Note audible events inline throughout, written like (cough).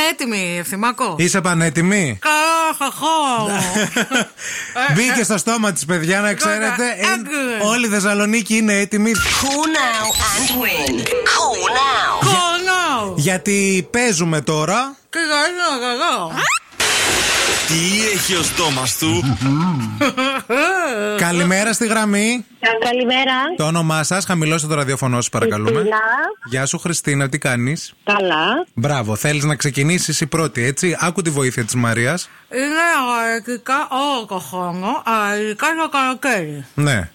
πανέτοιμη, Ευθυμάκο. Είσαι πανέτοιμη. Καχαχώ. Μπήκε στο στόμα της, παιδιά, να ξέρετε. Άκου. Ε, Όλη η Θεσσαλονίκη είναι έτοιμη. Call now and win. Call now. Κονό. Γιατί παίζουμε τώρα. Και καλό, καλό. Τι έχει ο στόμας του. Καλημέρα στη γραμμή. Καλημέρα. Το όνομά σας, χαμηλώστε το ραδιοφωνό σας, παρακαλούμε. Χριστίνα. Γεια σου, Χριστίνα, τι κάνεις. Ε. Καλά. Μπράβο, θέλεις να ξεκινήσεις η πρώτη, έτσι. Άκου τη βοήθεια της Μαρίας. Είναι αγαρικά όλο το χρόνο, αλλά ειδικά το καλοκαίρι. (laughs) Ναι.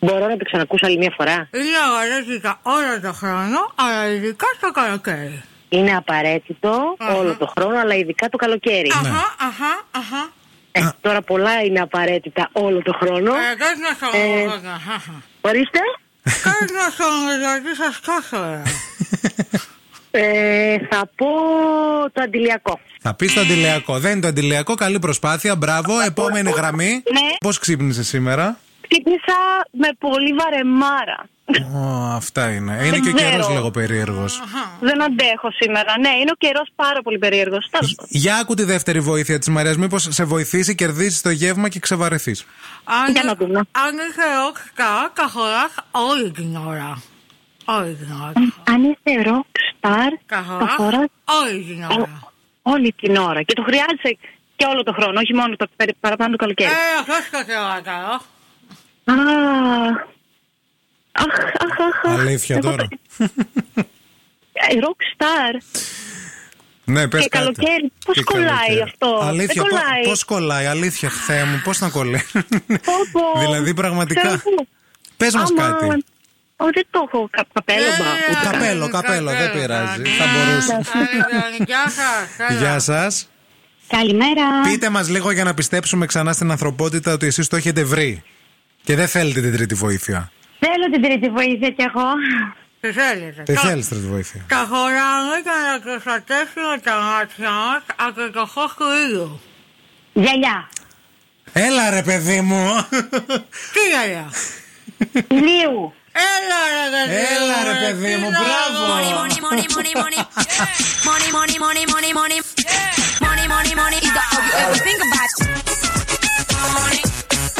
Μπορώ να το ξανακούσω άλλη μια φορά. Είναι αγαρικά όλο το χρόνο, αλλά ειδικά το καλοκαίρι. Είναι απαραίτητο Αχα. όλο το χρόνο, αλλά ειδικά το καλοκαίρι. Αχα, αχα, αχα. Ε, τώρα πολλά είναι απαραίτητα όλο το χρόνο. Κάτσε να σου Ε. Ορίστε. Κάτσε να σου γιατί σας τόσο ε. Ε, θα πω το αντιλιακό. Θα πεις το αντιλιακό. Δεν είναι το αντιλιακό. Καλή προσπάθεια. Μπράβο. Επόμενη γραμμή. Ναι. Πώς ξύπνησε σήμερα. Ξύπνησα με πολύ βαρεμάρα. Ω, αυτά είναι. Είναι και ο Ναι. ξέρω. καιρό λίγο περίεργος. Δεν αντέχω σήμερα. Ναι, είναι ο καιρός πάρα πολύ περίεργος. Για άκου τη δεύτερη βοήθεια της Μαρίας. Μήπως σε βοηθήσει, κερδίσεις το γεύμα και ξεβαρεθείς. Αν, Για να δούμε. αν είσαι ροκστά, καχωράς όλη την ώρα. Όλη την ώρα. Αν είστε rockstar, Καχωράς όλη την Ε, ώρα. όλη την ώρα. Και το χρειάζεσαι και όλο το χρόνο, όχι μόνο το περι- παραπάνω το καλοκαίρι. Ε, αυτός το θεωρώ καλό. Α, Αχ, αχ, αχ. αχ. Αλήθεια Εγώ- τώρα. Ε, Rockstar ναι, πες και κάτι. καλοκαίρι. Πώ Και κολλάει καλοκαίρι. αυτό. Αλήθεια, Δεν κολλάει. πώς κολλάει. Αλήθεια, χθέ μου, πώς να κολλάει. Πω, πω. δηλαδή, πραγματικά. Ξέρω εγώ. Πες μας Άμα- κάτι. Ω, δεν το έχω κα- καπέλο. μπα. Ε, Ο καπέλο, καπέλο, δεν πειράζει. Θα μπορούσε. Άρα, Γεια σας. έλα. Γεια σα. Καλημέρα. Πείτε μα λίγο για να πιστέψουμε ξανά στην ανθρωπότητα ότι εσεί το έχετε βρει. Και δεν θέλετε την τρίτη βοήθεια. Θέλω την τρίτη βοήθεια κι εγώ. Τι θέλετε. Δεν Κα- θέλεις τρίτη βοήθεια. Καχωράμε για να προστατεύσουμε τα μάτια μας από το φως του ήλιου. (laughs) Γυαλιά. Έλα ρε παιδί μου. Τι γεια. Λίου. Έλα ρε παιδί Έλα, ρε, μου, παιδί μου, τι μπράβο. να- Money, Money, money, money, money. Money, money, money, money, money. Money, money, money is the all you ever think about. Money,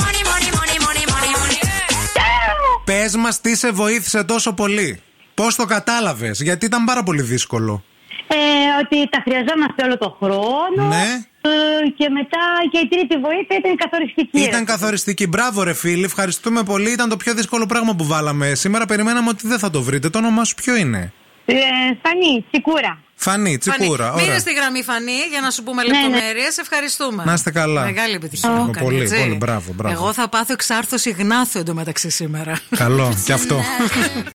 money, money, money, money, money, money. Πες μας τι σε βοήθησε τόσο πολύ. Πώς το κατάλαβες, Γιατί ήταν πάρα πολύ δύσκολο. Ε, ότι τα χρειαζόμαστε όλο το χρόνο. Ναι. Ε, και μετά και η τρίτη βοήθεια ήταν καθοριστική. Ήταν καθοριστική. Μπράβο, ρε φίλοι. Ευχαριστούμε πολύ. Ήταν το πιο δύσκολο πράγμα που βάλαμε. Σήμερα περιμέναμε ότι δεν θα το βρείτε. Το όνομά σου ποιο είναι. Ε, φανή, σικούρα. Φανή, τσικούρα. Φανή, Μείνε Ωραία. στη γραμμή, Φανή, για να σου πούμε ναι. λεπτομέρειες. Ευχαριστούμε. Να είστε καλά. Μεγάλη επιτυχία. Ευχαριστούμε μου έκανε, πολύ, έτσι. πολύ. Μπράβο, μπράβο. Εγώ θα πάθω εξάρθρωση γνάθου εντωμεταξύ σήμερα. Καλό. Και αυτό.